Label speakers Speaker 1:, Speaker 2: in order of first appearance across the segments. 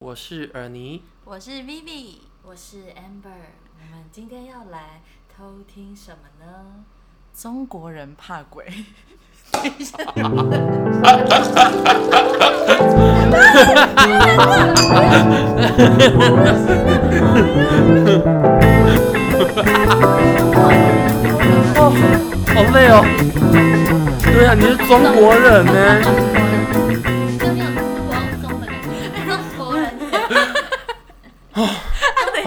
Speaker 1: 我是尔尼。
Speaker 2: 我是 Vivi，
Speaker 3: 我是 Amber，我们今天要来偷听什么呢？
Speaker 2: 中国人怕鬼。
Speaker 1: 好累哦。对呀、啊，你是中国人 呢。
Speaker 3: 就那种光中的感觉，中国 人
Speaker 1: 好，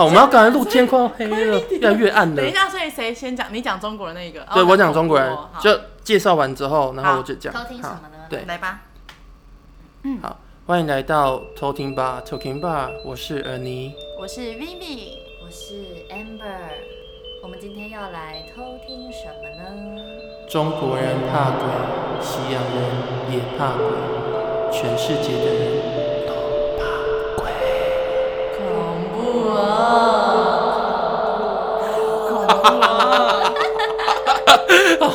Speaker 1: 我们要赶快录，天快要黑了，越来越暗了
Speaker 2: 等。一下，所以谁先讲？你讲中国的那一个。
Speaker 1: 对，
Speaker 2: 哦
Speaker 1: 我讲中国人
Speaker 2: 好，
Speaker 1: 就介绍完之后，然后我就讲。
Speaker 3: 偷听什
Speaker 1: 好
Speaker 3: 么呢
Speaker 1: 对，
Speaker 2: 来吧。
Speaker 1: 好，欢迎来到偷听吧，偷听吧，我是尔尼。
Speaker 2: 我是 Vivi，
Speaker 3: 我是 Amber，我们今天要来偷听什么呢？
Speaker 1: 中国人怕鬼，西洋人也怕鬼，全世界的人。
Speaker 2: 恐怖哦！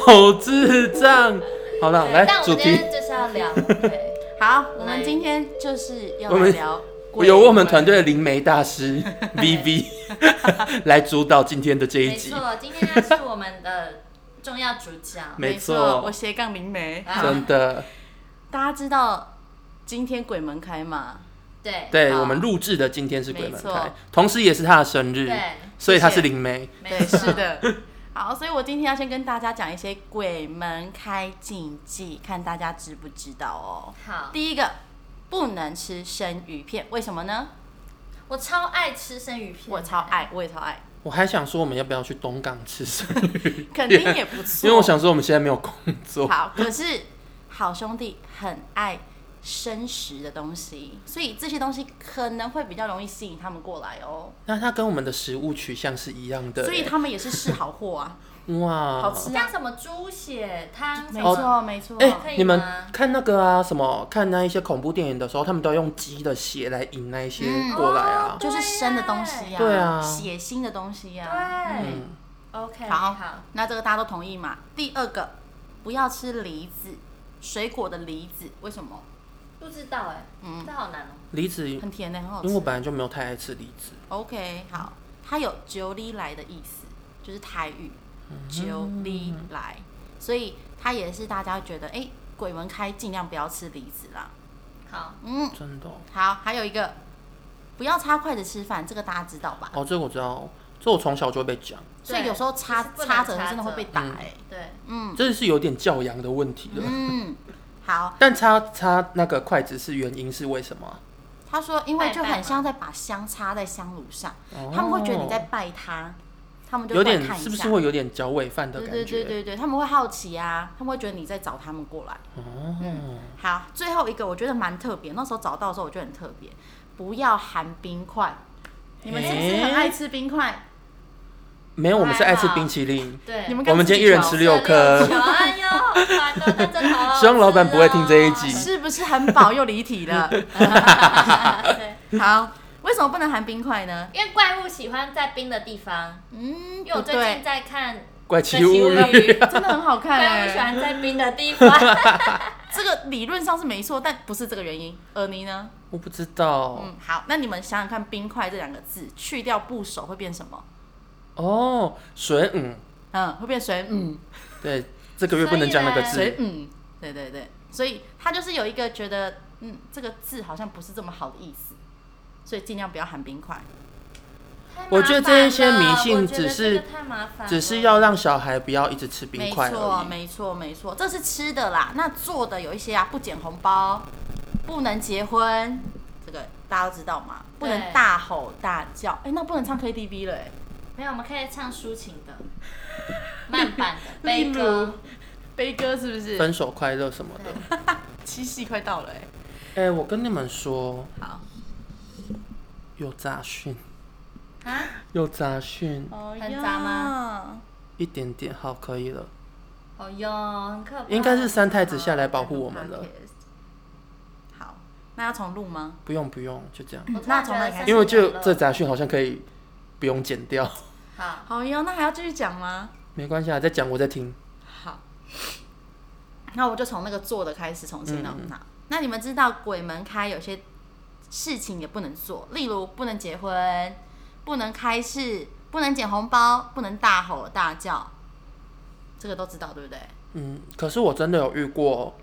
Speaker 1: 好智障。好了，来
Speaker 3: 但我
Speaker 1: 主
Speaker 3: 们今
Speaker 1: 题
Speaker 3: 天。就是要聊，对，
Speaker 2: 好，我们今天就是要
Speaker 1: 我
Speaker 2: 来
Speaker 1: 们
Speaker 2: 聊鬼
Speaker 1: 由我们团队的灵媒大 师 VV 来主导今天的这一
Speaker 3: 没
Speaker 1: 集。
Speaker 3: 错，今天他是我们的重要主角，
Speaker 1: 没
Speaker 2: 错，
Speaker 1: 错，
Speaker 2: 我斜杠明媒。
Speaker 3: 啊
Speaker 1: 真的，
Speaker 2: 大家知道今天鬼门开嘛？
Speaker 3: 对
Speaker 1: 对
Speaker 2: 好
Speaker 1: 我们录制的今天是鬼门
Speaker 2: 没
Speaker 1: 开
Speaker 2: 错，
Speaker 1: 同时也是他的生日，
Speaker 3: 对，
Speaker 1: 所以他
Speaker 2: 谢
Speaker 1: 是
Speaker 2: 谢
Speaker 1: 灵媒。
Speaker 3: 没
Speaker 2: 对，
Speaker 3: 错
Speaker 2: 是，的。 好，所以我今天要先跟大家讲一些鬼门开禁忌，看大家知不知道哦。
Speaker 3: 好，
Speaker 2: 第一个，不能吃生鱼片，为什么呢？
Speaker 3: 我超爱吃生鱼片，
Speaker 2: 我超，爱，我也超爱，
Speaker 1: 我还想说，我们要不要去东港吃生鱼
Speaker 2: 肯定也不 错。
Speaker 1: 因为我想说，我们现在没有工作，
Speaker 2: 好，可是好兄弟很爱生食的东西，所以这些东西可能会比较容易吸引他们过来哦。
Speaker 1: 那它跟我们的食物取向是一样的耶，
Speaker 2: 所以他们也是试好 货啊，
Speaker 1: 哇
Speaker 2: 好，吃
Speaker 3: 像
Speaker 2: 啊。
Speaker 3: 什么猪血汤，
Speaker 2: 没错，没错。
Speaker 1: 啊哎、
Speaker 3: 可以
Speaker 1: 你们
Speaker 3: 吗
Speaker 1: 看那个啊，什么看那一些恐怖电影的时候，他们都用鸡的血来引那一些
Speaker 2: 嗯
Speaker 1: 过来啊，
Speaker 2: 就是生的东西呀、
Speaker 1: 对啊
Speaker 2: 血腥的东西呀、
Speaker 3: 对
Speaker 1: 嗯，
Speaker 3: ，OK，
Speaker 2: 好
Speaker 3: 好，
Speaker 2: 那这个大家都同意嘛？第二个，不要吃梨子，水果的梨子，为什么？
Speaker 3: 不知道哎，
Speaker 2: 嗯
Speaker 3: 这，好难哦，
Speaker 1: 梨子，因
Speaker 2: 很甜的、很好
Speaker 1: 为我
Speaker 2: 吃。
Speaker 1: 本来就没有太爱吃梨子，
Speaker 2: OK，好，它有九里来的意思，就是台语
Speaker 1: 嗯
Speaker 2: 九里来，所以它也是大家觉得，哎、鬼门开尽量不要吃梨子啦。
Speaker 3: 好，
Speaker 2: 嗯，
Speaker 1: 真的哦、
Speaker 2: 好，还有一个，不要插筷子吃饭，这个大家知道吧？
Speaker 1: 哦，这个我知道，这我从小就会被讲，
Speaker 2: 所以有时候插
Speaker 3: 就是不能
Speaker 2: 插着
Speaker 3: 插着
Speaker 2: 真的会被打、
Speaker 1: 嗯
Speaker 2: 哎、
Speaker 3: 对，
Speaker 2: 嗯
Speaker 1: 这是有点教养的问题了。
Speaker 2: 嗯，好。
Speaker 1: 但插插那个筷子是原因是为什么啊？
Speaker 2: 他说，因为
Speaker 3: 拜
Speaker 2: 就
Speaker 3: 拜
Speaker 2: 很
Speaker 3: 吗
Speaker 2: 像在把香插在香炉上，
Speaker 1: 哦
Speaker 2: 他们会觉得你在拜他，他们就
Speaker 1: 有
Speaker 2: 会
Speaker 1: 点
Speaker 2: 看一下，
Speaker 1: 是不是会有点脚尾饭的
Speaker 2: 对
Speaker 1: 感觉？
Speaker 2: 对对对对，他们会好奇啊，他们会觉得你在找他们过来。嗯
Speaker 1: 哦，
Speaker 2: 好，最后一个我觉得蛮特别，那时候找到的时候我觉得很特别，不要含冰块。你们是不是很爱吃冰块？
Speaker 1: 没有，我们是爱吃
Speaker 3: 还好
Speaker 1: 冰淇淋。
Speaker 3: 对，
Speaker 2: 你们
Speaker 1: 我们今天一人吃六颗，
Speaker 2: 啊
Speaker 3: 哎呦，好烦哦，那真的好好吃哦
Speaker 1: 希望老板不会听这一
Speaker 3: 嗯
Speaker 1: 集
Speaker 2: 是不是很饱又离题 了？
Speaker 3: 啊对
Speaker 2: 好，为什么不能含冰块呢？
Speaker 3: 因为怪物喜欢在冰的地方，
Speaker 2: 嗯，
Speaker 3: 因为
Speaker 2: 不
Speaker 3: 我最近
Speaker 2: 对，
Speaker 3: 在看《
Speaker 1: 怪奇物
Speaker 3: 怪物
Speaker 1: 语，
Speaker 2: 真的很好看
Speaker 3: 怪
Speaker 2: 哎、
Speaker 3: 物喜欢在冰的 地方。
Speaker 2: 这个理论上是没错，但不是这个原因。而你
Speaker 3: 哦
Speaker 2: 呢？
Speaker 1: 我不知道。
Speaker 2: 嗯，好，那你们想想看，冰块这两个字去掉部首会变什么？
Speaker 1: 哦，水嗯，
Speaker 2: 嗯，会变水嗯
Speaker 1: 对，这个月不能讲那个
Speaker 3: 所以
Speaker 1: 字
Speaker 2: 水。嗯，对对对，所以他就是有一个觉得，嗯，这个字好像不是这么好的意思，所以尽量不要含冰块。
Speaker 3: 太麻烦了
Speaker 1: 我觉得这一些迷信只是
Speaker 3: 我觉得这个太麻烦了
Speaker 1: 只是要让小孩不要一直吃冰
Speaker 2: 没
Speaker 1: 块
Speaker 2: 错，
Speaker 1: 而已。
Speaker 2: 没错，没错，这是吃的啦。那做的有一些啊，不捡红包，不能结婚，这个大家都知道嘛，不能
Speaker 3: 对
Speaker 2: 大吼大叫，哎、那不能唱 KTV 了、哎，
Speaker 3: 没有，我们可以唱抒情的、慢版的 悲
Speaker 2: 例
Speaker 3: 歌
Speaker 2: 如。悲歌是不是？
Speaker 1: 分手快乐什么的。
Speaker 2: 七夕快到了、哎，
Speaker 1: 哎、我跟你们说，
Speaker 2: 好，
Speaker 1: 有杂讯，
Speaker 3: 啊，
Speaker 1: 有杂讯，
Speaker 2: 哦
Speaker 3: 很杂
Speaker 2: 吗？
Speaker 1: 一点点，好，可以了。
Speaker 3: 哦哟，很可怕。
Speaker 1: 应该是三太子下来保护我们了。
Speaker 2: 好，那要重录吗？
Speaker 1: 不用不用，就这样。
Speaker 3: 我突
Speaker 2: 那
Speaker 3: 然
Speaker 2: 从
Speaker 3: 觉
Speaker 2: 哪
Speaker 3: 得
Speaker 2: 里开
Speaker 3: 三
Speaker 2: 始
Speaker 3: 十
Speaker 1: 因为就
Speaker 3: 秒了
Speaker 1: 这杂讯好像可以不用剪掉，
Speaker 3: 好，
Speaker 2: 好哟，那还要继续讲吗？
Speaker 1: 没关系啊，再讲我再听。
Speaker 2: 好，
Speaker 1: 嗯
Speaker 2: 那我就从那个做的开始重新弄。好，那你们知道鬼门开有些事情也不能做，例如不能结婚，不能开市，不能捡红包，不能大吼大叫，这个都知道对不对？
Speaker 1: 嗯，可是我真的有遇过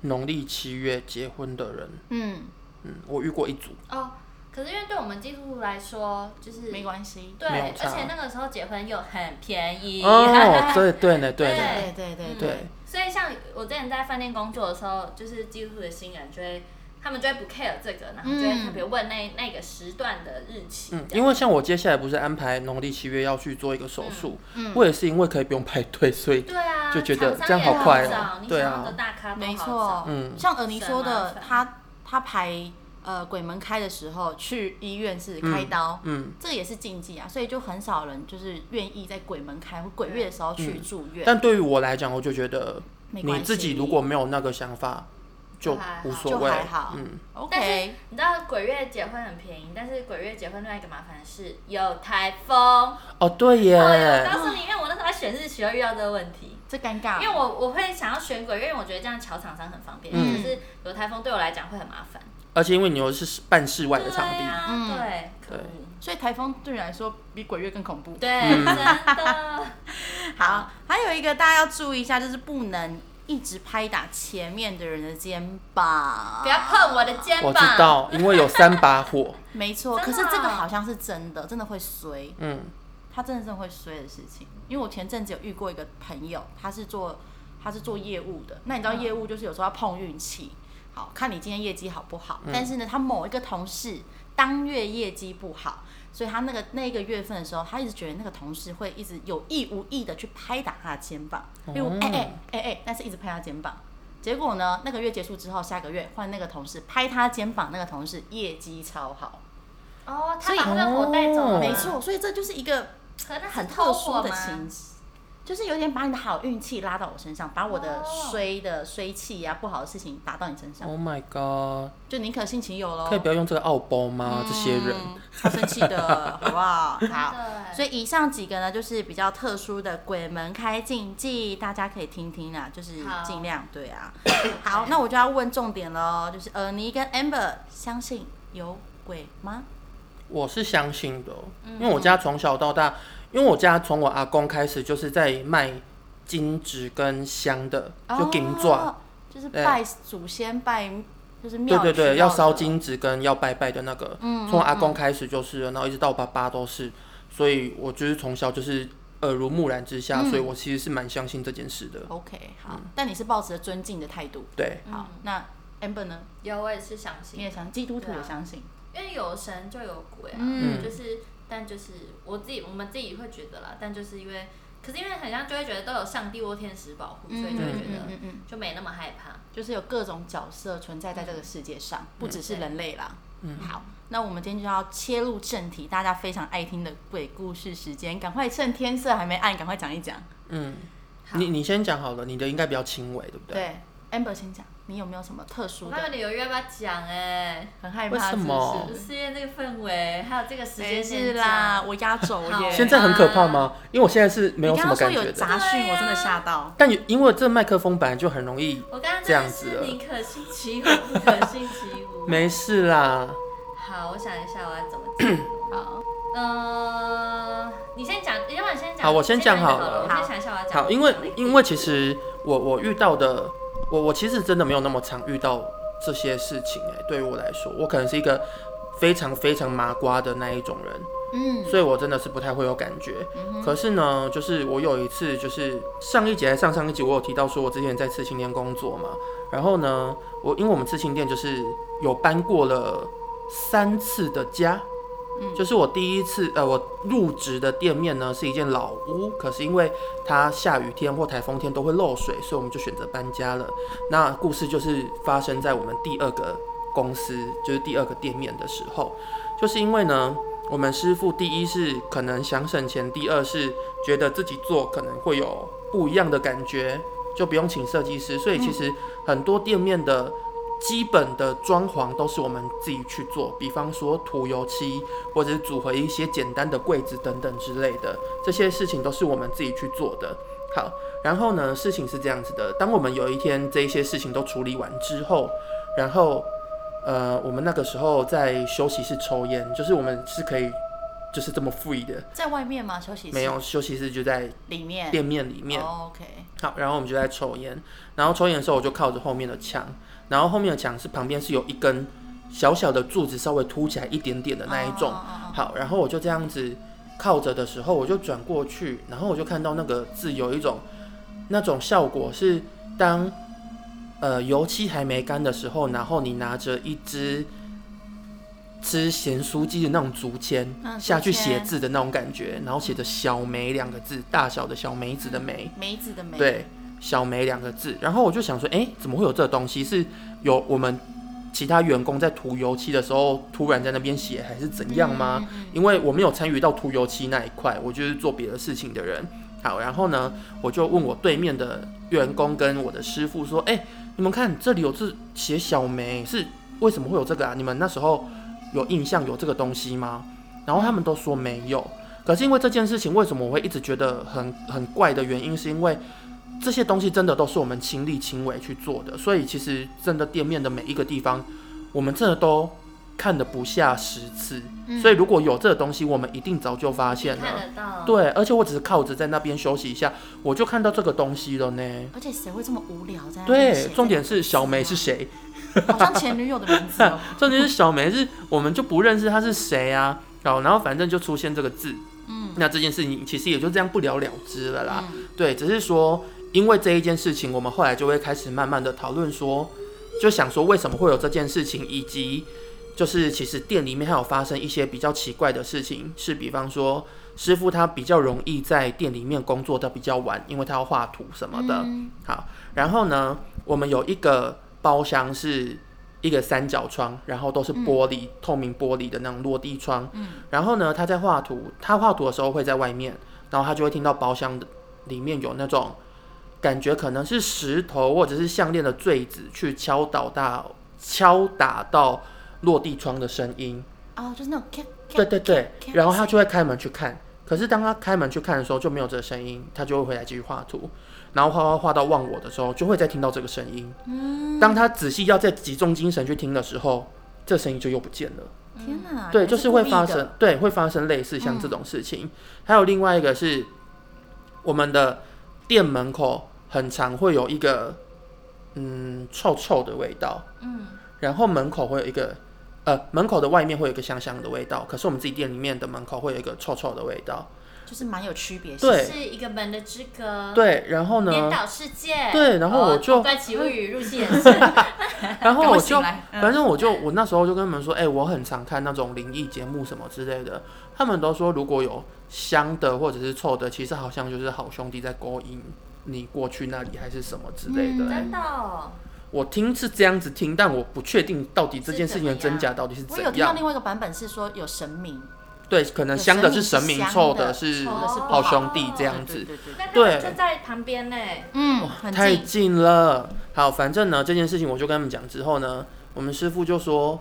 Speaker 1: 农历七月结婚的人，
Speaker 2: 嗯，
Speaker 1: 嗯，我遇过一 组，
Speaker 3: 哦，可是因为对我们基督徒来说，就是
Speaker 2: 没关系。
Speaker 3: 对，
Speaker 1: 没有
Speaker 3: 而
Speaker 1: 差
Speaker 3: 且那个时候结婚又很便宜。
Speaker 1: 哦，对对呢，对 呢，
Speaker 2: 对对对对，
Speaker 1: 对
Speaker 3: 所以像我之前在饭店工作的时候，就是基督徒的新人就会，他们就会不 care 这个，然后就会特别问那、那个时段的日期。
Speaker 1: 嗯，
Speaker 3: 这样
Speaker 1: 因为像我接下来不是安排农历七月要去做一个手术，
Speaker 2: 嗯
Speaker 1: 我也是因为可以不用排队，所 以
Speaker 3: 对啊，
Speaker 1: 就觉得
Speaker 3: 厂商
Speaker 1: 这样
Speaker 3: 也
Speaker 1: 好快哦
Speaker 3: 找你
Speaker 1: 对啊
Speaker 3: 想要的大咖都
Speaker 2: 没
Speaker 3: 好
Speaker 2: 错
Speaker 3: 找。
Speaker 1: 嗯
Speaker 2: 像尔尼说的
Speaker 3: 省麻，烦
Speaker 2: 他他排呃鬼门开的时候去医院是开刀，
Speaker 1: 嗯，
Speaker 2: 这个也是禁忌啊，所以就很少人就是愿意在鬼门开或鬼月的时候去住院。
Speaker 1: 但对于我来讲，我就觉得
Speaker 2: 没
Speaker 1: 你
Speaker 2: 关
Speaker 1: 自己
Speaker 2: 系
Speaker 1: 如果没有那个想法，就
Speaker 3: 还好
Speaker 1: 无所
Speaker 2: 就
Speaker 1: 谓
Speaker 2: 还好，
Speaker 1: 嗯，
Speaker 3: 但是
Speaker 2: OK，
Speaker 3: 你知道鬼月结婚很便宜，但是鬼月结婚另外一个麻烦是有台风。
Speaker 1: 哦，对耶，
Speaker 3: 对，我啊告诉你，因为我那时候在选日期会遇到这个问题。
Speaker 2: 这尴尬，
Speaker 3: 因为我我会想要选鬼月，因为我觉得这样瞧厂商很方便。
Speaker 1: 嗯
Speaker 3: 可是有台风对我来讲会很麻烦。
Speaker 1: 而且因为你又是办室外的
Speaker 3: 对
Speaker 1: 场地，
Speaker 3: 啊，
Speaker 2: 嗯
Speaker 3: 对，可恶
Speaker 1: 对
Speaker 2: 所以台风对你来说比鬼月更恐怖。
Speaker 3: 对，
Speaker 1: 嗯
Speaker 3: 真的。
Speaker 2: 好，还有一个大家要注意一下，就是不能一直拍打前面的人的肩膀。
Speaker 3: 不要碰我的肩膀。
Speaker 1: 我知道，因为有三把火，
Speaker 2: 没错，
Speaker 3: 真
Speaker 2: 可
Speaker 3: 的
Speaker 2: 是
Speaker 3: 啊
Speaker 2: 这个好像是真的，真的会衰，
Speaker 1: 嗯，
Speaker 2: 他真的真的会衰的事情。因为我前阵子有遇过一个朋友，他是做他是做业务的，那你知道
Speaker 3: 嗯
Speaker 2: 业务就是有时候要碰运气，好看你今天业绩好不好。
Speaker 1: 嗯
Speaker 2: 但是呢，他某一个同事当月业绩不好，所以他那个那一个月份的时候，他一直觉得那个同事会一直有意无意的去拍打他的肩膀，例如
Speaker 1: 哦
Speaker 2: 哎哎哎哎，但是一直拍他肩膀。结果呢？那个月结束之后，下个月换那个同事拍他肩膀，那个同事业绩超好，
Speaker 3: 哦，他
Speaker 2: 所以
Speaker 3: 把那个火带走了。
Speaker 1: 哦
Speaker 2: 没，错，所以这就是一个
Speaker 3: 可能
Speaker 2: 很特殊的情形，就是有点把你的好运气拉到我身上，把我的
Speaker 3: 哦
Speaker 2: 衰的衰气呀、不好的事情打到你身上，
Speaker 1: Oh my god！
Speaker 2: 就宁可信其有喽。
Speaker 1: 可以不要用这个奥包吗？这些人，
Speaker 2: 嗯超生气的，好不 好？好。
Speaker 3: 对，
Speaker 2: 所以以上几个呢，就是比较特殊的鬼门开禁忌，大家可以听听啦，就是
Speaker 3: 好
Speaker 2: 尽量对啊。好，那我就要问重点喽，就是呃，你跟 Amber 相信有鬼吗？
Speaker 1: 我是相信的，哦因为我家从小到大，因为我家从我阿公开始就是在卖金纸跟香的，就金
Speaker 2: 哦
Speaker 1: 钻，、
Speaker 2: 就是
Speaker 1: 对
Speaker 2: 拜祖先拜，就是
Speaker 1: 对
Speaker 2: 庙
Speaker 1: 对
Speaker 2: 宇需
Speaker 1: 对，要
Speaker 2: 的
Speaker 1: 烧金纸跟要拜拜的那个，
Speaker 2: 嗯
Speaker 1: 从我阿公开始就是了，然后一直到我爸爸都是，所以我就是从小就是耳濡目染之下，
Speaker 2: 嗯
Speaker 1: 所以我其实是蛮相信这件事的。嗯
Speaker 2: OK，好，但你是抱持着尊敬的态度。
Speaker 1: 对，
Speaker 2: 好，那 Amber 呢？
Speaker 3: 嗯有我也是相信
Speaker 2: 你，也相基督徒
Speaker 3: 对啊
Speaker 2: 也相信？
Speaker 3: 因为有神就有鬼啊，
Speaker 2: 嗯
Speaker 3: 就是但就是我自己我们自己会觉得啦，但就是因为，可是因为很像就会觉得都有上帝或天使保护，
Speaker 1: 啊
Speaker 3: 所以就会觉
Speaker 2: 嗯
Speaker 3: 得
Speaker 2: 嗯嗯，
Speaker 3: 就没那么害怕。
Speaker 2: 就是有各种角色存在在这个世界上，不只是
Speaker 3: 对
Speaker 2: 人类啦。
Speaker 1: 嗯
Speaker 2: 好，那我们今天就要切入正题，大家非常爱听的鬼故事时间，赶快趁天色还没暗，赶快讲一讲。
Speaker 1: 嗯，
Speaker 3: 好
Speaker 1: 你你先讲好了，你的应该比较轻微，对不对？
Speaker 2: 对，Amber 先讲，你有没有什么特殊
Speaker 3: 我刚有
Speaker 2: 的？
Speaker 3: 点犹豫要不要讲哎、
Speaker 2: 很害
Speaker 1: 为
Speaker 2: 怕
Speaker 1: 什
Speaker 2: 是不
Speaker 1: 么
Speaker 2: 是？
Speaker 3: 是因为这个氛围，还有这个时间
Speaker 2: 没事
Speaker 3: 线
Speaker 2: 啦，
Speaker 3: 啦，
Speaker 2: 我压轴
Speaker 3: 好
Speaker 2: 耶。
Speaker 1: 现在很可怕吗？因为我现在是没
Speaker 2: 啊
Speaker 1: 有
Speaker 2: 你
Speaker 1: 什
Speaker 2: 刚
Speaker 1: 么
Speaker 2: 刚说
Speaker 1: 感
Speaker 2: 有
Speaker 1: 觉的，
Speaker 2: 杂讯，
Speaker 3: 对
Speaker 2: 我
Speaker 3: 啊
Speaker 2: 真的吓到。
Speaker 1: 但有因为这麦克风本来就很容易，
Speaker 3: 我刚刚
Speaker 1: 这
Speaker 3: 真
Speaker 1: 样
Speaker 3: 的
Speaker 1: 子
Speaker 3: 是
Speaker 1: 了
Speaker 3: 宁可信其有，不可信其无。
Speaker 1: 没事啦。
Speaker 3: 好，我想一下我要怎么讲。
Speaker 2: 好，
Speaker 3: 呃，你先讲，要不然你先讲。
Speaker 1: 好我先讲好
Speaker 3: 好
Speaker 1: 了
Speaker 3: 我先想一下我要讲。
Speaker 1: 好，因为因为其实我我遇到的，我我其实真的没有那么常遇到这些事情哎、对于我来说，我可能是一个非常非常麻瓜的那一种人，
Speaker 2: 嗯
Speaker 1: 所以我真的是不太会有感觉。可是呢，就是我有一次，就是上一集还是上上一集，我有提到说我之前在刺青店工作嘛，然后呢，我因为我们刺青店就是有搬过了三次的家。
Speaker 2: 嗯
Speaker 1: 就是我第一次，呃，我入职的店面呢是一间老屋，可是因为它下雨天或台风天都会漏水，所以我们就选择搬家了。那故事就是发生在我们第二个公司，就是第二个店面的时候，就是因为呢，我们师傅第一是可能想省钱，第二是觉得自己做可能会有不一样的感觉，就不用请设计师。所以其实很多店面的基本的装潢都是我们自己去做，比方说涂油漆，或者是组合一些简单的柜子等等之类的，这些事情都是我们自己去做的。好，然后呢，事情是这样子的：当我们有一天这一些事情都处理完之后，然后呃，我们那个时候在休息室抽烟，就是我们是可以就是这么 free 的，
Speaker 2: 在外面吗？休息室
Speaker 1: 没有休息室就在
Speaker 2: 里面。
Speaker 1: 店面里面。
Speaker 2: 哦 OK，
Speaker 1: 好，然后我们就在抽烟，然后抽烟的时候我就靠着后面的墙，然后后面的墙是旁边是有一根小小的柱子，稍微凸起来一点点的那一种。
Speaker 2: 哦哦哦
Speaker 1: 好，然后我就这样子靠着的时候，我就转过去，然后我就看到那个字有一种那种效果是当呃油漆还没干的时候，然后你拿着一支吃咸酥鸡的那种竹签、
Speaker 2: 嗯竹
Speaker 1: 下去写
Speaker 2: 签
Speaker 1: 字的那种感觉，然后写着“小梅”两个字，大小的小梅子的梅。
Speaker 2: 哦梅子的梅。
Speaker 1: 对，小梅两个字。然后我就想说，哎、怎么会有这东西？是有我们其他员工在涂油漆的时候突然在那边写，还是怎样吗？因为我没有参与到涂油漆那一块，我就是做别的事情的人。好，然后呢，我就问我对面的员工跟我的师傅说，哎、你们看这里有字写小梅，是为什么会有这个啊？你们那时候有印象有这个东西吗？然后他们都说没有。可是因为这件事情，为什么我会一直觉得很很怪的原因，是因为这些东西真的都是我们亲力亲为去做的，所以其实真的店面的每一个地方，我们真的都看了不下十次。
Speaker 2: 嗯
Speaker 1: 所以如果有这个东西，我们一定早就发现
Speaker 3: 看
Speaker 1: 了。
Speaker 3: 得到，
Speaker 1: 对，而且我只是靠着在那边休息一下，我就看到这个东西了呢。
Speaker 2: 而且谁会这么无聊在那
Speaker 3: 嗯
Speaker 2: 边写
Speaker 1: 对
Speaker 2: 这，个
Speaker 1: 重点是小梅是谁？
Speaker 2: 好像前女友的名字哦。
Speaker 1: 重点是小梅是我们就不认识她是谁啊。好，然后反正就出现这个字，
Speaker 2: 嗯
Speaker 1: 那这件事情其实也就这样不了了之了啦。
Speaker 2: 嗯
Speaker 1: 对，只是说因为这一件事情，我们后来就会开始慢慢的讨论说，就想说为什么会有这件事情，以及就是其实店里面还有发生一些比较奇怪的事情，是比方说师傅他比较容易在店里面工作到比较晚，因为他要画图什么的。
Speaker 2: 嗯
Speaker 1: 好，然后呢，我们有一个包厢是一个三角窗，然后都是玻璃、透明玻璃的那种落地窗。
Speaker 2: 嗯
Speaker 1: 然后呢，他在画图，他画图的时候会在外面，然后他就会听到包厢的里面有那种感觉，可能是石头或者是项链的坠子去敲倒到敲打到落地窗的声音。
Speaker 2: 哦，就是那种咔
Speaker 1: 对
Speaker 2: 咔
Speaker 1: 对对
Speaker 2: 咔，
Speaker 1: 然后他就会开门去看。可是当他开门去看的时候，就没有这个声音，他就会回来继续画图。然后画画画到忘我的时候，就会再听到这个声音。
Speaker 2: 嗯
Speaker 1: 当他仔细要再集中精神去听的时候，这声音就又不见了。
Speaker 3: 嗯
Speaker 2: 天哪！
Speaker 1: 对，
Speaker 2: 你
Speaker 1: 就是会
Speaker 2: 啊故意
Speaker 1: 发
Speaker 2: 的
Speaker 1: 生，对，会发生类似像这种事情。还有另外一个是，我们的店门口很常会有一个嗯臭臭的味道，
Speaker 3: 嗯，
Speaker 1: 然后门口会有一个呃门口的外面会有一个香香的味道，可是我们自己店里面的门口会有一个臭臭的味道。
Speaker 2: 就是蛮有区别性。
Speaker 1: 对
Speaker 3: 是一个门的之隔，
Speaker 1: 对，然后
Speaker 3: 嗯
Speaker 1: 呢，
Speaker 3: 颠倒世界，
Speaker 1: 对然后我
Speaker 3: 哦
Speaker 1: 就
Speaker 3: 怪奇物语入戏 人生，
Speaker 1: 然后
Speaker 2: 赶快
Speaker 1: 我
Speaker 2: 醒
Speaker 1: 就
Speaker 2: 来嗯
Speaker 1: 反正我就我那时候就跟他们说，哎、我很常看那种灵异节目什么之类的，他们都说如果有香的或者是臭的，其实好像就是好兄弟在勾引你过去那里还是什么之类的、
Speaker 2: 嗯
Speaker 1: 哎
Speaker 3: 真的哦，
Speaker 1: 我听是这样子听，但我不确定到底这件事情的真假到底是
Speaker 2: 我
Speaker 1: 怎
Speaker 2: 有听到
Speaker 1: 样。
Speaker 2: 另外一个版本是说有神明，
Speaker 1: 对，可能
Speaker 2: 有
Speaker 1: 香的
Speaker 2: 神
Speaker 1: 是神
Speaker 2: 明是
Speaker 1: 明，
Speaker 2: 香
Speaker 1: 臭
Speaker 2: 的
Speaker 1: 的是
Speaker 2: 臭的是不
Speaker 1: 好
Speaker 2: 好哦
Speaker 1: 兄弟这样
Speaker 2: 对
Speaker 1: 子。
Speaker 2: 对对对，
Speaker 3: 那他们
Speaker 1: 对
Speaker 3: 就在旁边呢，
Speaker 2: 嗯，很
Speaker 1: 太
Speaker 2: 近，
Speaker 1: 近了。好，反正呢这件事情我就跟他们讲之后呢，我们师傅就说，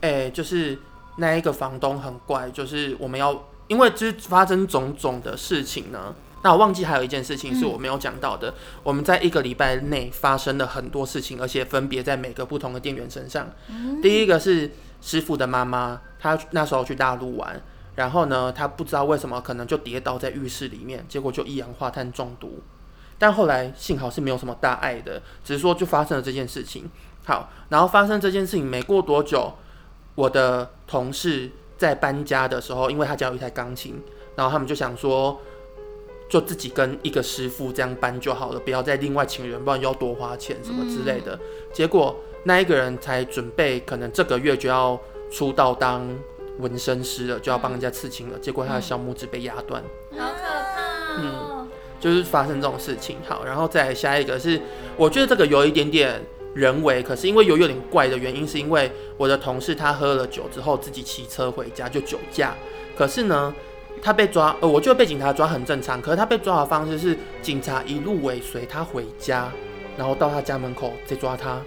Speaker 1: 哎、就是那一个房东很怪，就是我们要因为就是发生种种的事情呢。那我忘记还有一件事情是我没有讲到的，我们在一个礼拜内发生了很多事情，而且分别在每个不同的店员身上。
Speaker 2: 嗯
Speaker 1: 第一个是师傅的妈妈，她那时候去大陆玩，然后呢，她不知道为什么可能就跌倒在浴室里面，结果就一氧化碳中毒。但后来幸好是没有什么大碍的，只是说就发生了这件事情。好，然后发生这件事情没过多久，我的同事在搬家的时候，因为他家有一台钢琴，然后他们就想说，就自己跟一个师傅这样搬就好了，不要再另外请人，不然要多花钱什么之类的。结果那一个人才准备可能这个月就要出道当纹身师了，就要帮人家刺青了，结果他的小拇指被压断。
Speaker 3: 好可怕哦，
Speaker 1: 就是发生这种事情。好，然后再来下一个是，我觉得这个有一点点人为，可是因为有有点怪的原因，是因为我的同事他喝了酒之后自己骑车回家就酒驾，可是呢。他被抓，呃，我觉得被警察抓很正常。可是他被抓的方式是，警察一路尾随他回家，然后到他家门口再抓他。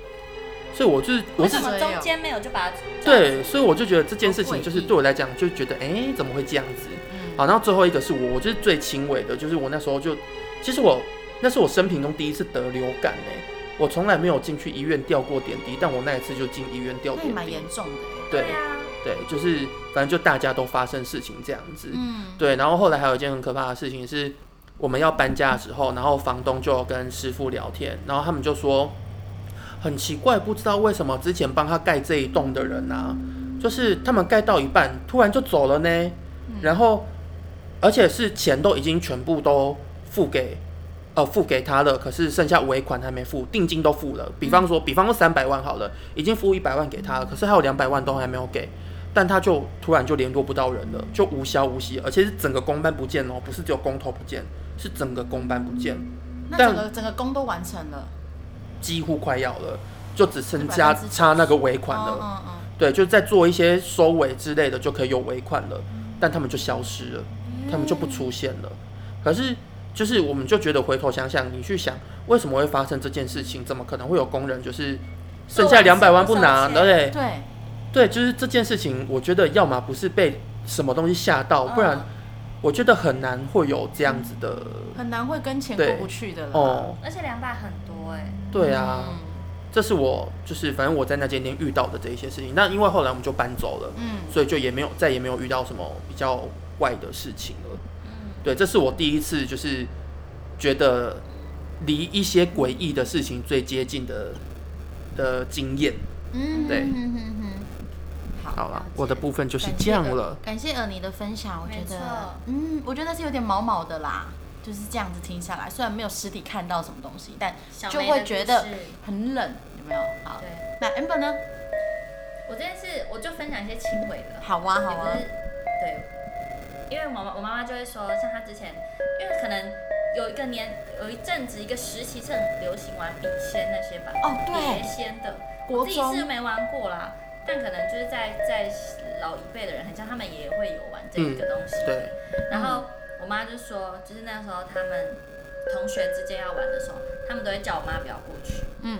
Speaker 1: 所以我就是，我
Speaker 3: 为
Speaker 1: 是
Speaker 3: 什么中间没有就把它
Speaker 1: 对，所以我就觉得这件事情就是
Speaker 2: 好诡异
Speaker 1: 对我来讲，就觉得哎、诶怎么会这样子？
Speaker 2: 嗯
Speaker 1: 好，然后最后一个是我，我就是最轻微的，就是我那时候就，其实我那是我生平中第一次得流感哎、我从来没有进去医院吊过点滴，但我那一次就进医院吊
Speaker 2: 那也
Speaker 1: 点
Speaker 2: 蛮
Speaker 1: 滴
Speaker 2: 严。重的耶。
Speaker 1: 对
Speaker 3: 啊，
Speaker 1: 对，就是反正就大家都发生事情这样子。
Speaker 2: 嗯，
Speaker 1: 对，然后后来还有一件很可怕的事情是，我们要搬家的时候，然后房东就跟师傅聊天，然后他们就说很奇怪，不知道为什么之前帮他盖这一栋的人啊，就是他们盖到一半突然就走了呢，然后而且是钱都已经全部都付给。呃，付给他了，可是剩下尾款还没付，定金都付了。比方说，比方说三百万好了，已经付一百万给他了，可是还有两百万都还没有给。但他就突然就联络不到人了，就无消无息，而且是整个公班不见哦，不是只有工头不见，是整个公班不见，
Speaker 2: 那
Speaker 1: 但
Speaker 2: 整个整个工都完成了，
Speaker 1: 几乎快要了，就只剩
Speaker 2: 100%
Speaker 1: 下差那个尾款
Speaker 2: 嗯
Speaker 1: 了。
Speaker 2: 嗯嗯，
Speaker 1: 对，就再做一些收尾之类的，就可以有尾款了。但他们就消失了，他们就不出现了。可是就是我们就觉得回头想想，你去想为什么会发生这件事情？怎么可能会有工人就是剩下两百万不拿，
Speaker 3: 做完事不收钱
Speaker 1: 对不对？对，
Speaker 2: 对，
Speaker 1: 就是这件事情，我觉得要么不是被什么东西吓到，不
Speaker 2: 嗯
Speaker 1: 然我觉得很难会有这样子的。
Speaker 2: 很难会跟钱
Speaker 1: 对
Speaker 2: 过不去的了。
Speaker 1: 哦，
Speaker 3: 而且两百很多哎，
Speaker 1: 对啊，
Speaker 2: 嗯
Speaker 1: 这是我就是反正我在那间店遇到的这一些事情。那因为后来我们就搬走了，
Speaker 2: 嗯，
Speaker 1: 所以就也没有再也没有遇到什么比较怪的事情了。
Speaker 3: 嗯，
Speaker 1: 对，这是我第一次就是觉得离一些诡异的事情最接近的的经验。
Speaker 2: 嗯，
Speaker 1: 对
Speaker 2: 嗯嗯嗯好
Speaker 1: 好了
Speaker 2: 解，
Speaker 1: 我的部分就是
Speaker 2: 感谢
Speaker 1: 这样了。
Speaker 2: 感谢尔尼的分享，我觉
Speaker 3: 没错
Speaker 2: 得，嗯，我觉得是有点毛毛的啦，就是这样子听下来，虽然没有实体看到什么东西，但
Speaker 3: 小
Speaker 2: 就
Speaker 3: 梅的
Speaker 2: 会觉得
Speaker 3: 故事
Speaker 2: 很冷，有没有？好，
Speaker 3: 对。
Speaker 2: 那 amber 呢？
Speaker 3: 我这件事我就分享一些轻微的，
Speaker 2: 好啊，好
Speaker 3: 也，
Speaker 2: 啊
Speaker 3: 不是对，因为我妈我妈妈就会说，像她之前，因为可能有一个年有一阵子一个时期是很流行玩笔仙那些吧，
Speaker 2: 哦对
Speaker 3: 碟仙的，
Speaker 2: 国
Speaker 3: 我自己
Speaker 2: 中
Speaker 3: 是没玩过啦，但可能就是在在老一辈的人，很像他们也会有玩
Speaker 2: 嗯
Speaker 3: 这个东西，
Speaker 1: 对，
Speaker 3: 然后我妈就说，就是那时候他们同学之间要玩的时候，他们都会叫我妈不要过去，
Speaker 2: 嗯，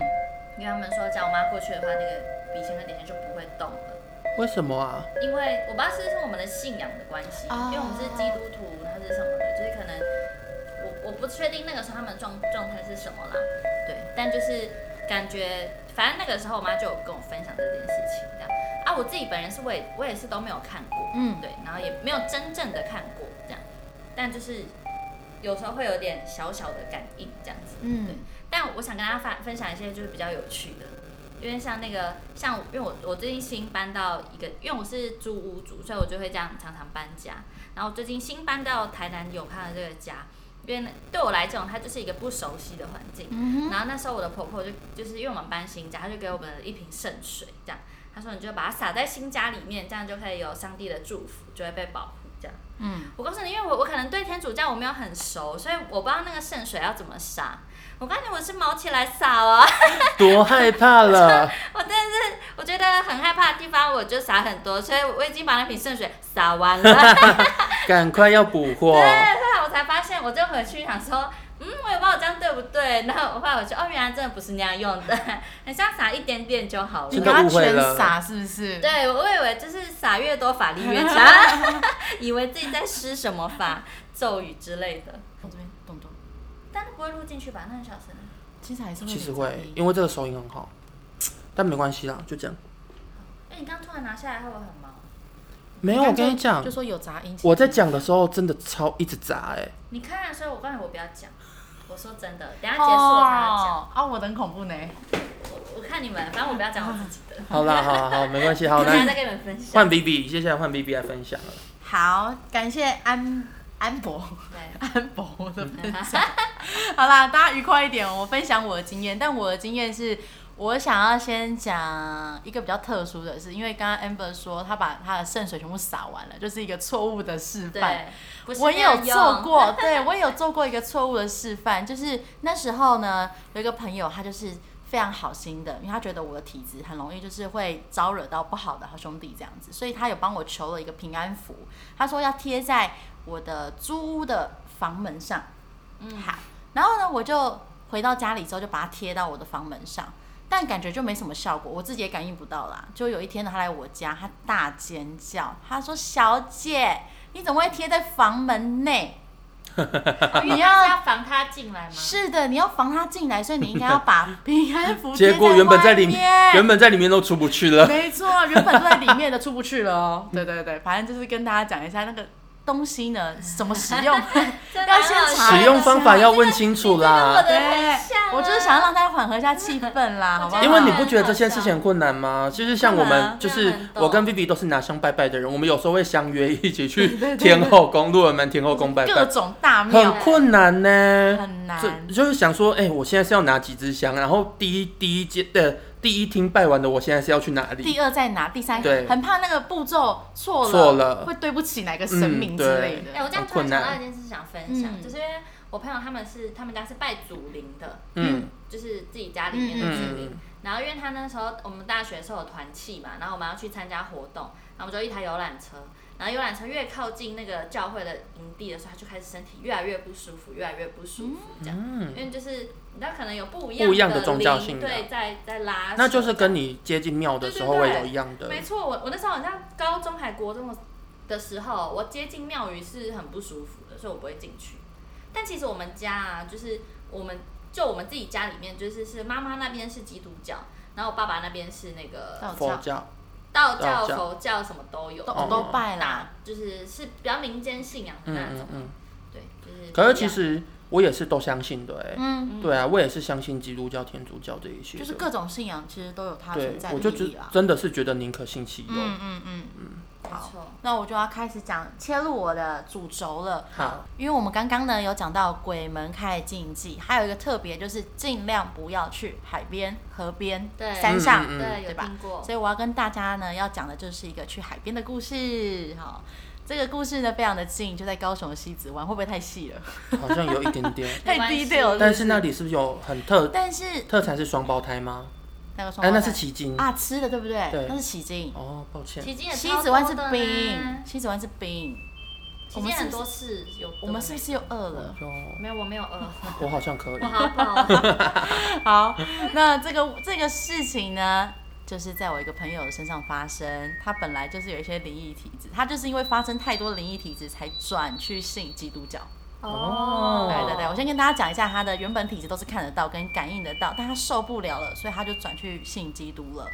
Speaker 3: 因为他们说叫我妈过去的话，那个笔仙跟碟仙就不会动了。
Speaker 1: 为什么啊？
Speaker 3: 因为我不知道是不是我们的信仰的关系
Speaker 2: 哦
Speaker 3: 因为我们是基督徒，他是什么的，就是可能我我不确定那个时候他们状状态是什么啦，对，但就是感觉反正那个时候我妈就有跟我分享这件事情，这样啊，我自己本人是我也我也是都没有看过，
Speaker 2: 嗯
Speaker 3: 对，然后也没有真正的看过这样，但就是有时候会有点小小的感应这样子，
Speaker 2: 嗯
Speaker 3: 对但我想跟大家分分享一些就是比较有趣的，因为像那个像因为我我最近新搬到一个，因为我是租屋主，所以我就会这样常常搬家。然后最近新搬到台南永康的这个家，因为那对我来讲它就是一个不熟悉的环境。
Speaker 2: 嗯哼，
Speaker 3: 然后那时候我的婆婆就就是因为我们搬新家，她就给我们一瓶圣水，这样她说你就把它洒在新家里面，这样就可以有上帝的祝福，就会被保护这样。
Speaker 2: 嗯，
Speaker 3: 我告诉你，因为我我可能对天主教我没有很熟，所以我不知道那个圣水要怎么洒。我告诉你，我是毛起来洒哦，
Speaker 1: 多害怕了！
Speaker 3: 我真的是我觉得很害怕的地方，我就洒很多，所以我已经把那瓶圣水洒完了。
Speaker 1: 赶快要补货
Speaker 3: 对，后。来我才发现，我就回去想说，嗯，我也不知道我这样对不对。然后我后来我就，哦，原来真的不是那样用的， 很像撒一点点就好
Speaker 1: 真
Speaker 2: 你
Speaker 1: 的
Speaker 2: 给
Speaker 3: 了。
Speaker 2: 他
Speaker 1: 误会
Speaker 2: 全
Speaker 1: 了
Speaker 2: 撒是不是？
Speaker 3: 对，我以为就是撒越多法力越强， 以为自己在施什么法、咒语之类的，
Speaker 2: 我这边动动，
Speaker 3: 但不会录进去吧？那很小声。
Speaker 2: 其实还是会有
Speaker 1: 其
Speaker 2: 点
Speaker 1: 实
Speaker 2: 噪
Speaker 1: 会，
Speaker 2: 音，
Speaker 1: 因为这个收音很好，但没关系啦，就这样。
Speaker 3: 哎、你刚突然拿下来，会不会很忙？
Speaker 1: 没有，
Speaker 2: 刚
Speaker 1: 我跟你讲
Speaker 2: 就，说有杂音，
Speaker 1: 我在讲的时候真的超一直砸哎、
Speaker 3: 你看、所以我告诉你，我不要讲。我说真的，等一下
Speaker 2: 其实
Speaker 3: 结束了才要讲。
Speaker 2: 哦，啊，我的很恐怖呢，
Speaker 3: 我我看你们，反正我不要讲我自己的，
Speaker 1: 好啦，好啦好，没关系，好，
Speaker 3: 我等一下
Speaker 1: 那
Speaker 3: 再跟你们分 享。
Speaker 1: 换 B B，接下来换 B B 来分享了。
Speaker 2: 好，感谢安安博。
Speaker 3: 对
Speaker 2: 安博的分享。 好啦，大家愉快一点哦。我分享我的经验，但我的经验是，我想要先讲一个比较特殊的事，因为刚刚 Amber 说她把她的圣水全部洒完了，就是一个错误的示范。
Speaker 3: 对，不是
Speaker 2: 我
Speaker 3: 那
Speaker 2: 也有
Speaker 3: 样
Speaker 2: 做
Speaker 3: 用，
Speaker 2: 过，对我也有做过一个错误的示范，就是那时候呢，有一个朋友他就是非常好心的，因为他觉得我的体质很容易就是会招惹到不好的好兄弟这样子，所以他有帮我求了一个平安符，他说要贴在我的租屋的房门上，
Speaker 3: 嗯
Speaker 2: 好，然后呢，我就回到家里之后就把它贴到我的房门上，但感觉就没什么效果，我自己也感应不到啦。就有一天呢，他来我家，他大尖叫，他说：“小姐，你怎么会贴在房门内？”
Speaker 3: 哦因为他
Speaker 2: 你
Speaker 3: 是
Speaker 2: 要
Speaker 3: 要防他进来吗？
Speaker 2: 是的，你要防他进来，所以你应该要把 平安符
Speaker 1: 结果原本在里
Speaker 2: 面，
Speaker 1: 原本在里面都出不去 了。
Speaker 2: 没错，原本都在里面的出不去 了哦。对对对，反正就是跟大家讲一下那个东西呢怎么使 用。
Speaker 3: 真的
Speaker 2: 要先
Speaker 3: 很好
Speaker 2: 查
Speaker 3: 笑
Speaker 1: 使用方法要问清楚啦，
Speaker 3: 真的很
Speaker 2: 对
Speaker 3: 像啊，
Speaker 2: 我就是想要让大家缓和一下气氛啦，好不好？
Speaker 1: 因为你不觉得这件事情很困难吗？就是像我
Speaker 2: 当然
Speaker 1: 们
Speaker 2: 啊，
Speaker 1: 就是我跟 Vivi 都是拿香拜拜的人，我们有时候会相约一起
Speaker 2: 对对对
Speaker 1: 去天后宫、鹿耳门天后宫拜
Speaker 2: 各
Speaker 1: 拜，
Speaker 2: 种大
Speaker 1: 很
Speaker 2: 庙
Speaker 1: 困难呢。
Speaker 2: 很难，
Speaker 1: 就就是想说，哎、我现在是要拿几支香，然后第一第一阶的、第一厅拜完的，我现在是要去哪里？
Speaker 2: 第二在哪，第三
Speaker 1: 对
Speaker 2: 很怕那个步骤错了，
Speaker 1: 错了嗯
Speaker 2: 会对不起哪个神明之类的
Speaker 3: 哎、。我这样
Speaker 1: 很
Speaker 3: 突然
Speaker 1: 困难
Speaker 3: 想到一件事想分享，
Speaker 2: 嗯
Speaker 3: 就是因为我朋友他们是他们家是拜祖灵的，
Speaker 1: 嗯
Speaker 3: 就是自己家里面的祖灵。
Speaker 1: 嗯
Speaker 3: 然后因为他那时候我们大学的时候有团契嘛，然后我们要去参加活动，然后我们就一台游览车，然后游览车越靠近那个教会的营地的时候，他就开始身体越来越不舒服，越来越不舒服这样，
Speaker 1: 嗯，
Speaker 3: 因为就是你知道可能有不一
Speaker 1: 不一样
Speaker 3: 的
Speaker 1: 的宗教信仰
Speaker 3: 对，在在拉啊手这样，
Speaker 1: 那就是跟你接近庙的时候
Speaker 3: 对
Speaker 1: 会
Speaker 3: 对对
Speaker 1: 有一样的，
Speaker 3: 没错，我我那时候好像高中还国中的时候，我接近庙宇是很不舒服的，所以我不会进去。但其实我们家啊，就是我们就我们自己家里面，就是是妈妈那边是基督教，然后我爸爸那边是那个
Speaker 2: 道
Speaker 1: 佛
Speaker 2: 教
Speaker 1: 教，
Speaker 3: 道教、
Speaker 1: 道教
Speaker 3: 佛教什么都有，
Speaker 2: 都
Speaker 1: 哦
Speaker 2: 都拜啦
Speaker 3: 大，就是是比较民间信仰的
Speaker 1: 嗯
Speaker 3: 那
Speaker 1: 嗯
Speaker 3: 种。
Speaker 1: 嗯。
Speaker 3: 对，就是。
Speaker 1: 可是其，实我也是都相信的、哎、
Speaker 2: 嗯，
Speaker 1: 对啊，我也是相信基督教、天主教这一些的，
Speaker 2: 就是各种信仰其实都有它
Speaker 1: 对
Speaker 2: 存，在
Speaker 1: 我就
Speaker 2: 的
Speaker 1: 觉
Speaker 2: 意义啦。
Speaker 1: 真的是觉得宁可信其有。
Speaker 2: 啊嗯嗯嗯，
Speaker 3: 没错，
Speaker 2: 那我就要开始讲切入我的主轴了。
Speaker 1: 好，
Speaker 2: 因为我们刚刚呢有讲到鬼门开的禁忌，还有一个特别就是尽量不要去海边、河边、
Speaker 3: 对
Speaker 2: 山上。
Speaker 1: 嗯
Speaker 3: 对，啊有
Speaker 2: 对吧
Speaker 3: 听过。
Speaker 2: 所以我要跟大家呢要讲的就是一个去海边的故事。好，这个故事呢非常的近，就在高雄的西子湾，会不会太细了？
Speaker 1: 好像有一点点，
Speaker 3: 没关
Speaker 2: 太
Speaker 3: 系
Speaker 2: detail 了。
Speaker 1: 但是那里是不是有很特
Speaker 2: 但是
Speaker 1: 特产是双胞胎吗？
Speaker 2: 那个双
Speaker 1: 哎、
Speaker 2: 胞
Speaker 1: 那
Speaker 2: 胎
Speaker 1: 是奇经。
Speaker 2: 啊吃的对不对？
Speaker 1: 对
Speaker 2: 那是奇经。
Speaker 1: 哦，抱歉，
Speaker 3: 奇迹也
Speaker 2: 西
Speaker 3: 超
Speaker 2: 子湾是
Speaker 3: 多的啊
Speaker 2: 冰
Speaker 3: 呢，
Speaker 2: 西子湾是冰。
Speaker 3: 奇
Speaker 2: 我
Speaker 3: 迹
Speaker 2: 们是
Speaker 3: 很
Speaker 2: 不
Speaker 3: 多
Speaker 2: 是
Speaker 3: 次有的没有。
Speaker 2: 我们是不是又饿 了？
Speaker 1: 哟
Speaker 3: 没有，我没有饿，
Speaker 1: 哦我好像可以
Speaker 3: 我。好饱。
Speaker 2: 好，那这个这个事情呢，就是在我一个朋友的身上发生。他本来就是有一些灵异体质，他就是因为发生太多灵异体质，才转去信基督教。
Speaker 1: 哦
Speaker 2: 对对对，我先跟大家讲一下，他的原本体质都是看得到跟感应得到，但他受不了了，所以他就转去信基督了。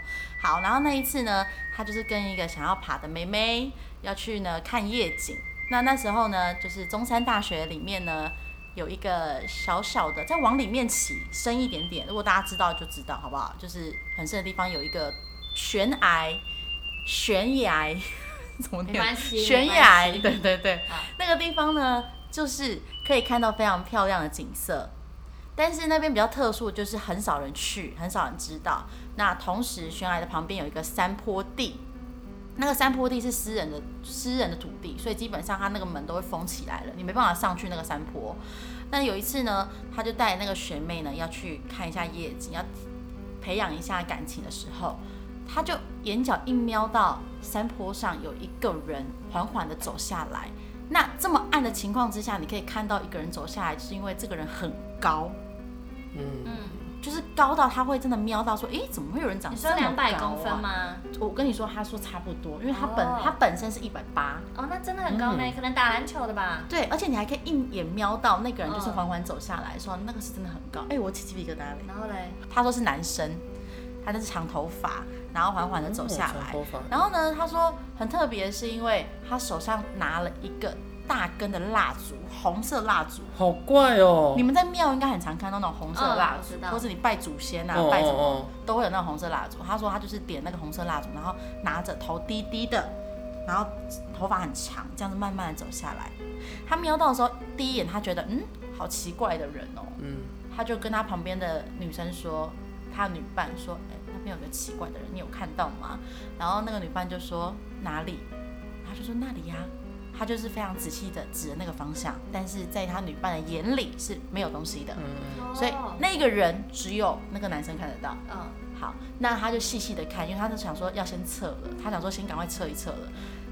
Speaker 2: 好，然后那一次呢，他就是跟一个想要爬的妹妹要去呢看夜景。那那时候呢，就是中山大学里面呢有一个小小的，再往里面起深一点点，如果大家知道就知道，好不好？就是很深的地方有一个悬崖，悬崖 怎么
Speaker 3: 没
Speaker 2: 念？
Speaker 3: 关系，
Speaker 2: 悬
Speaker 3: 没
Speaker 2: 崖
Speaker 3: 关，系
Speaker 2: 对对对
Speaker 3: 啊，
Speaker 2: 那个地方呢，就是可以看到非常漂亮的景色。但是那边比较特殊，就是很少人去，很少人知道。那同时，悬崖的旁边有一个山坡地，那个山坡地是私人的私人的土地，所以基本上它那个门都会封起来了，你没办法上去那个山坡。但有一次呢，他就带那个学妹呢要去看一下夜景，要培养一下感情的时候，他就眼角一瞄到山坡上有一个人缓缓的走下来。那这么暗的情况之下，你可以看到一个人走下来，就是因为这个人很高，
Speaker 1: 嗯，
Speaker 3: 嗯，
Speaker 2: 就是高到他会真的瞄到说，诶，怎么会有人长
Speaker 3: 你
Speaker 2: 这
Speaker 3: 说
Speaker 2: 么高、啊
Speaker 3: 两百公分？吗？
Speaker 2: 我跟你说，他说差不多，因为他本、
Speaker 3: 哦
Speaker 2: 他本身是一百八，
Speaker 3: 哦，那真的很
Speaker 2: 嗯
Speaker 3: 高呢，可能打篮球的吧。
Speaker 2: 对，而且你还可以一眼瞄到那个人就是
Speaker 3: 嗯
Speaker 2: 缓缓走下来，说那个是真的很高，诶，我起鸡皮疙瘩嘞。
Speaker 3: 然后嘞，
Speaker 2: 他说是男生，他那是长头发，然后缓缓的走下来，然哦后呢，他说很特别，是因为他手上拿了一个大根的蜡烛，红色蜡烛。
Speaker 1: 好怪哦。
Speaker 2: 你们在庙应该很常看到那种红色蜡
Speaker 3: 嗯我知
Speaker 2: 烛，
Speaker 3: 道
Speaker 2: 或是你拜祖先啊、
Speaker 1: 哦
Speaker 2: 拜什么
Speaker 1: 哦
Speaker 2: 都会有那种红色蜡烛。他说他就是点那个红色蜡烛，然后拿着头低低的，然后头发很长，这样子慢慢的走下来。他瞄到的时候，第一眼他觉得嗯，好奇怪的人哦，
Speaker 1: 哦，嗯，
Speaker 2: 他就跟他旁边的女生说，他女伴说，哎、那边有个奇怪的人，你有看到吗？然后那个女伴就说哪里？他就说那里呀、啊他就是非常仔细的指着那个方向，但是在他女伴的眼里是没有东西的，
Speaker 1: 嗯
Speaker 2: 所以
Speaker 3: 哦
Speaker 2: 那个人只有那个男生看得到。
Speaker 3: 嗯，
Speaker 2: 好，那他就细细的看，因为他就想说要先测了，他想说先赶快测一测了。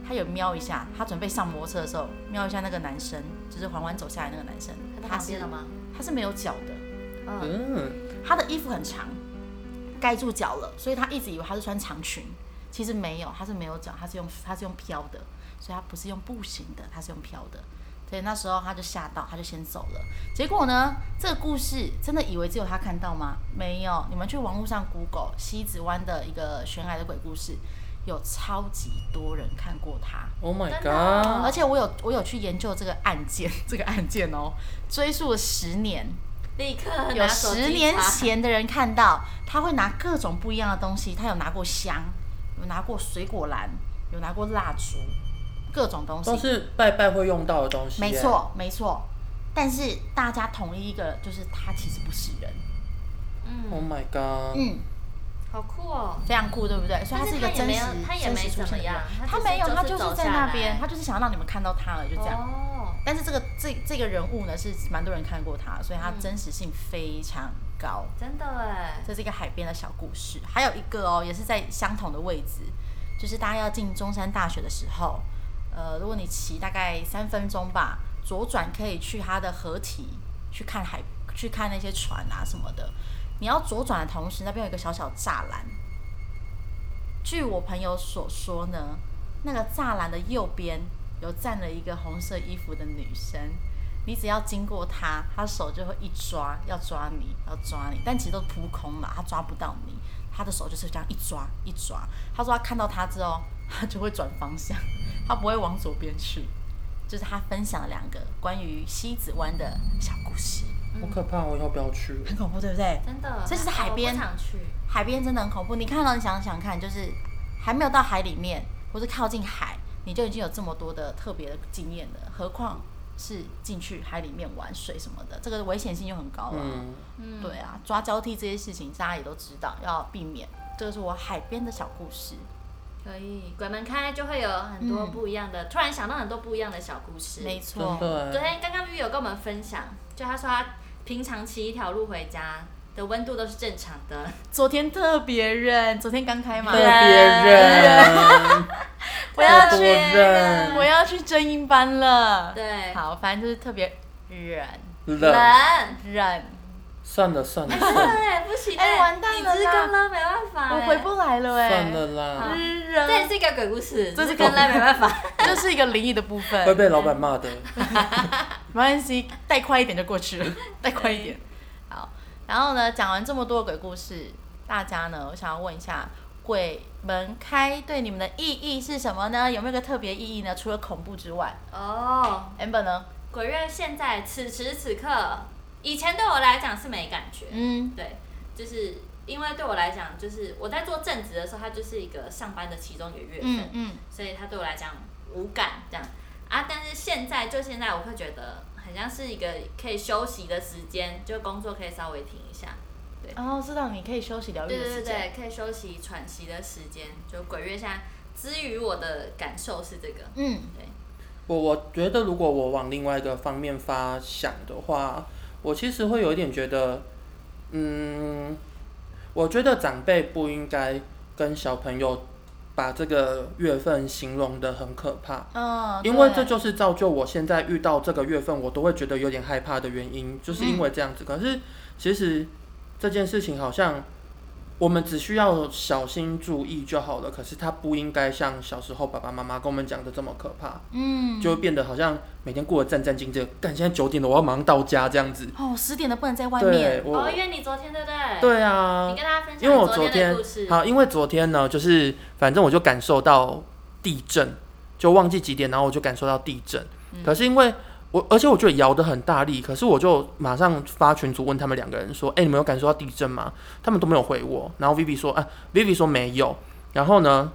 Speaker 2: 他有瞄一下，他准备上摩托车的时候瞄一下那个男生，就是缓缓走下来那个男生，
Speaker 3: 他在
Speaker 2: 他
Speaker 3: 旁
Speaker 2: 是
Speaker 3: 边了吗？
Speaker 2: 他是没有脚的，
Speaker 3: 嗯，
Speaker 1: 嗯，
Speaker 2: 她的衣服很长，盖住脚了，所以她一直以为她是穿长裙，其实没有，她是没有脚，她是用她是用飘的，所以她不是用步行的，她是用飘的。所以那时候他就吓到，他就先走了。结果呢，这个故事真的以为只有他看到吗？没有，你们去网络上 Google 西子湾的一个悬崖的鬼故事，有超级多人看过它。
Speaker 1: Oh my
Speaker 3: 真的哦
Speaker 1: god！
Speaker 2: 而且我有我有去研究这个案件，这个案件哦，追溯了十年，
Speaker 3: 立刻拿
Speaker 2: 有
Speaker 3: 手机
Speaker 2: 十年
Speaker 3: 查
Speaker 2: 前的人看到，他会拿各种不一样的东西，他有拿过香，有拿过水果篮，有拿过蜡烛，各种东西
Speaker 1: 都是拜拜会用到的东西。
Speaker 2: 没，错，没错。但是大家统一一个，就是他其实不是人，
Speaker 1: Oh
Speaker 3: 嗯，
Speaker 1: my god！
Speaker 2: 嗯，
Speaker 3: 好酷哦。
Speaker 2: 非常酷，对不对？所以它
Speaker 3: 但是
Speaker 2: 一个
Speaker 3: 他也
Speaker 2: 真
Speaker 3: 没
Speaker 2: 实
Speaker 3: 有他也
Speaker 2: 真
Speaker 3: 没
Speaker 2: 实出
Speaker 3: 怎
Speaker 2: 现
Speaker 3: 么
Speaker 2: 的
Speaker 3: 样
Speaker 2: 人
Speaker 3: 他
Speaker 2: 他
Speaker 3: 只
Speaker 2: 没
Speaker 3: 是
Speaker 2: 有，
Speaker 3: 就是
Speaker 2: 他就是
Speaker 3: 走
Speaker 2: 在
Speaker 3: 下
Speaker 2: 那
Speaker 3: 来
Speaker 2: 边，他就是想要让你们看到他了，就这样。
Speaker 3: 哦，
Speaker 2: 但是这个这这个人物呢，是蛮多人看过他，所以他
Speaker 3: 嗯
Speaker 2: 真实性非常高。
Speaker 3: 真的哎，
Speaker 2: 这是一个海边的小故事，还有一个哦，也是在相同的位置，就是大家要进中山大学的时候，呃，如果你骑大概三分钟吧，左转可以去它的河堤去看海，去看那些船啊什么的。你要左转的同时，那边有一个小小栅栏。据我朋友所说呢，那个栅栏的右边有站了一个红色衣服的女生，你只要经过她，她手就会一抓，要抓你，要抓你，但其实都扑空了，她抓不到你，她的手就是这样一抓一抓。她说她看到她之后，她就会转方向， 她不会往左边去。就是她分享了两个关于西子湾的小故事，
Speaker 1: 好可怕，我以后不要去了。
Speaker 2: 很恐怖，对不对？
Speaker 3: 真的，哦
Speaker 2: 这就是海边
Speaker 3: 我不想去，
Speaker 2: 海边真的很恐怖。你看到你想想看，就是还没有到海里面，或是靠近海，你就已经有这么多的特别的经验了，何况是进去海里面玩水什么的，这个危险性就很高了、
Speaker 1: 嗯，
Speaker 3: 嗯，
Speaker 2: 对啊，抓交替这些事情大家也都知道，要避免。这个是我海边的小故事。
Speaker 3: 可以，鬼门开就会有很多
Speaker 2: 嗯
Speaker 3: 不一样的，突然想到很多不一样的小故事。
Speaker 2: 没
Speaker 1: 真
Speaker 2: 错，
Speaker 1: 的
Speaker 3: 昨
Speaker 1: 欸。
Speaker 3: 天刚刚 Vivi 有跟我们分享，就他说他平常骑一条路回家的温度都是正常 的，
Speaker 2: 昨天特别热，昨天刚开嘛
Speaker 1: 特，别 人，
Speaker 3: 不要
Speaker 1: 特多
Speaker 3: 去
Speaker 1: 人
Speaker 2: 我要去正音班了。
Speaker 3: 对，
Speaker 2: 好，反正就是特别热，
Speaker 1: 冷。
Speaker 3: 冷，
Speaker 2: 热。
Speaker 1: 算了算了算了
Speaker 3: 对，不行，欸
Speaker 2: 哎完蛋了啦
Speaker 3: 你知更了，没办法，欸
Speaker 2: 我回。不来了哎、
Speaker 1: 算了啦，
Speaker 2: 热。
Speaker 3: 这也是一个鬼故事，
Speaker 2: 这是
Speaker 3: 跟来没办 法。
Speaker 2: 这是一个灵异的部分，
Speaker 1: 会
Speaker 2: 没
Speaker 1: 被老板骂的。
Speaker 2: 关系，带快一点就过去了， 带快一点。好，然后呢，讲完这么多鬼故事，大家呢，我想要问一下，鬼门开对你们的意义是什么呢？有没有一个特别意义呢？除了恐怖之外
Speaker 3: 哦，
Speaker 2: ，amber 呢？
Speaker 3: 鬼月现在此时此刻，以前对我来讲是没感觉，
Speaker 2: 嗯，
Speaker 3: 对，就是因为对我来讲，就是我在做正职的时候，它就是一个上班的其中一个月份，
Speaker 2: 嗯嗯，
Speaker 3: 所以它对我来讲无感这样啊。但是现在就现在，我会觉得很像是一个可以休息的时间，就工作可以稍微停一下。
Speaker 2: 然后哦知道你可以休息疗愈
Speaker 3: 对
Speaker 2: 的
Speaker 3: 对
Speaker 2: 时间，
Speaker 3: 对，可以休息喘息的时间。就鬼月现在，之于我的感受是这个，
Speaker 2: 嗯，
Speaker 1: 我我觉得，如果我往另外一个方面发想的话，我其实会有一点觉得，嗯，我觉得长辈不应该跟小朋友把这个月份形容的很可怕。
Speaker 2: 嗯，
Speaker 1: 因为
Speaker 2: 对
Speaker 1: 这就是造就我现在遇到这个月份，我都会觉得有点害怕的原因，就是因为这样子。可是其实这件事情好像我们只需要小心注意就好了。可是它不应该像小时候爸爸妈妈跟我们讲的这么可怕，
Speaker 2: 嗯，
Speaker 1: 就会变得好像每天过得战战兢兢。干，现在九点了，我要马上到家这样子。
Speaker 2: 哦，十点的不能在外面，
Speaker 1: 对，
Speaker 3: 哦
Speaker 1: 我，
Speaker 3: 因为你昨天对不对？
Speaker 1: 对啊
Speaker 3: 你，跟大家分享
Speaker 1: 因为我昨
Speaker 3: 昨
Speaker 1: 天
Speaker 3: 的故事。
Speaker 1: 好，因为昨天呢，就是反正我就感受到地震，就忘记几点，然后我就感受到地震。
Speaker 2: 嗯
Speaker 1: 可是因为我，而且我觉得摇得很大力，可是我就马上发群组问他们两个人说：“哎、你们有感受到地震吗？”他们都没有回我。然后 Vivi 说：“啊，Vivi 说没有。”然后呢，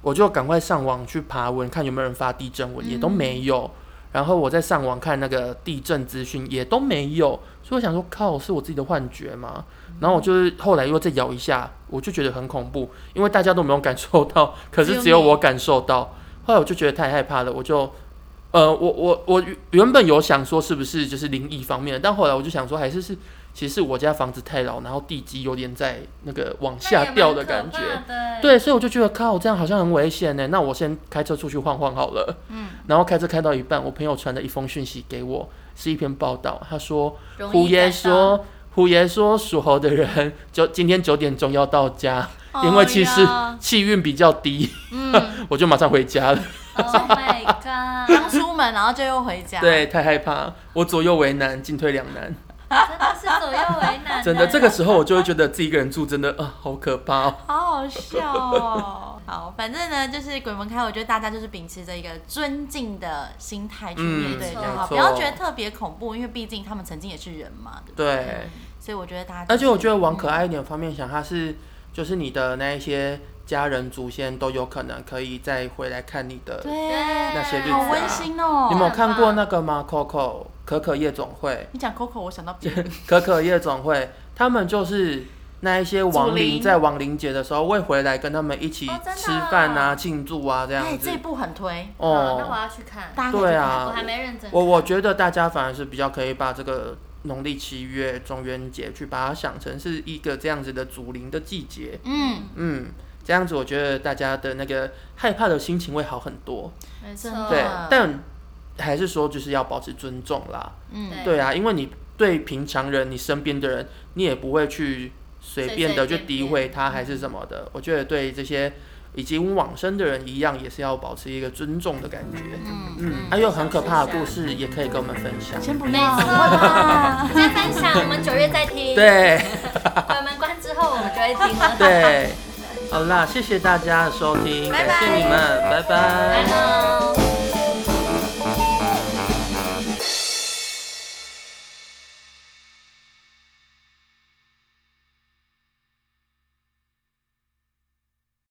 Speaker 1: 我就赶快上网去爬文，看有没有人发地震文，也都没有。然后我再上网看那个地震资讯，也都没有，所以我想说，靠，是我自己的幻觉吗？然后我就是后来又再摇一下，我就觉得很恐怖，因为大家都没有感受到，可是
Speaker 2: 只有
Speaker 1: 只有
Speaker 2: 你
Speaker 1: 我感受到。后来我就觉得太害怕了，我就，呃，我我我原本有想说是不是就是灵异方面的，但后来我就想说还是是，其实是我家房子太老，然后地基有点在那个往
Speaker 3: 那也
Speaker 1: 下
Speaker 3: 蛮
Speaker 1: 掉的
Speaker 3: 可
Speaker 1: 感
Speaker 3: 怕
Speaker 1: 觉。
Speaker 3: 的
Speaker 1: 对，所以我就觉得靠，这样好像很危险呢。那我先开车出去晃晃好了。嗯， 然后开车开到一半，我朋友传了一封讯息给我，是一篇报道。他说，
Speaker 3: 容易
Speaker 1: 虎爷
Speaker 3: 感到
Speaker 1: 说，虎爷说属猴的人九今天九点钟要到家，因为气势、
Speaker 2: 哦呀
Speaker 1: 气运比较低，
Speaker 2: 嗯，
Speaker 1: 我就马上回家了。
Speaker 3: ，Oh my god！
Speaker 2: 当初出门，然后就又回家。，
Speaker 1: 对，太害怕，我左右为难，进退两 难。
Speaker 3: 真的是左右为难。
Speaker 1: 真的，这个时候我就会觉得自己一个人住真的啊、好可怕哦。
Speaker 2: 好好笑哦。好，反正呢，就是鬼门开，我觉得大家就是秉持着一个尊敬的心态去面对
Speaker 3: 嗯
Speaker 2: 就
Speaker 3: 没
Speaker 2: 好，
Speaker 1: 错
Speaker 2: 不要觉得特别恐怖，因为毕竟他们曾经也是人嘛，对不对？
Speaker 1: 对，
Speaker 2: 所以我觉得大家就是、
Speaker 1: 而且我觉得往可爱一点方面想，它是就是你的那一些家人祖先都有可能可以再回来看你的。
Speaker 2: 对，
Speaker 1: 那些日子啊
Speaker 2: 好温馨哦。
Speaker 1: 你们有
Speaker 3: 很
Speaker 1: 看过
Speaker 3: 棒
Speaker 1: 那个吗？Coco 可可夜总会，
Speaker 2: 你讲 Coco，我想到别人。
Speaker 1: 可可夜总会，他们就是那一些亡
Speaker 2: 祖
Speaker 1: 灵
Speaker 2: 灵
Speaker 1: 在亡灵节的时候会回来跟他们一起
Speaker 3: 哦真的
Speaker 1: 吃饭啊、庆祝啊这样
Speaker 2: 哎，
Speaker 1: 子
Speaker 2: 这。部很推，
Speaker 3: 哦，那我
Speaker 1: 哦，
Speaker 3: 要去看。
Speaker 2: 大家可以去
Speaker 1: 对
Speaker 3: 我
Speaker 1: 啊
Speaker 3: 还，没认真看。
Speaker 1: 我我觉得大家反而是比较可以把这个农历七月中元节去把它想成是一个这样子的祖灵的季节，
Speaker 2: 看。嗯，
Speaker 1: 嗯，这样子我觉得大家的那个害怕的心情会好很多。
Speaker 3: 没
Speaker 2: 真
Speaker 3: 错
Speaker 2: 的
Speaker 1: 对
Speaker 2: 嗯，
Speaker 1: 但还是说就是要保持尊重啦。
Speaker 2: 嗯，
Speaker 1: 对啊，因为你对平常人，你身边的人，你也不会去随便的
Speaker 3: 随随
Speaker 1: 去
Speaker 3: 便便
Speaker 1: 诋毁他还是什么的。我觉得对这些已经往生的人一样，也是要保持一个尊重的感觉。
Speaker 2: 嗯
Speaker 1: 嗯，还有很可怕的故事也可以跟我们分享。
Speaker 2: 先不
Speaker 3: 没
Speaker 2: 要，
Speaker 3: 错
Speaker 2: 我会 怕
Speaker 3: 先分享，我们九月再听。，
Speaker 1: 对
Speaker 3: 鬼门关之后我们就会听了。
Speaker 1: 对，好啦，谢谢大家的收听，
Speaker 3: 拜
Speaker 1: 感
Speaker 3: 拜
Speaker 1: 谢你们，拜拜
Speaker 3: 拜拜。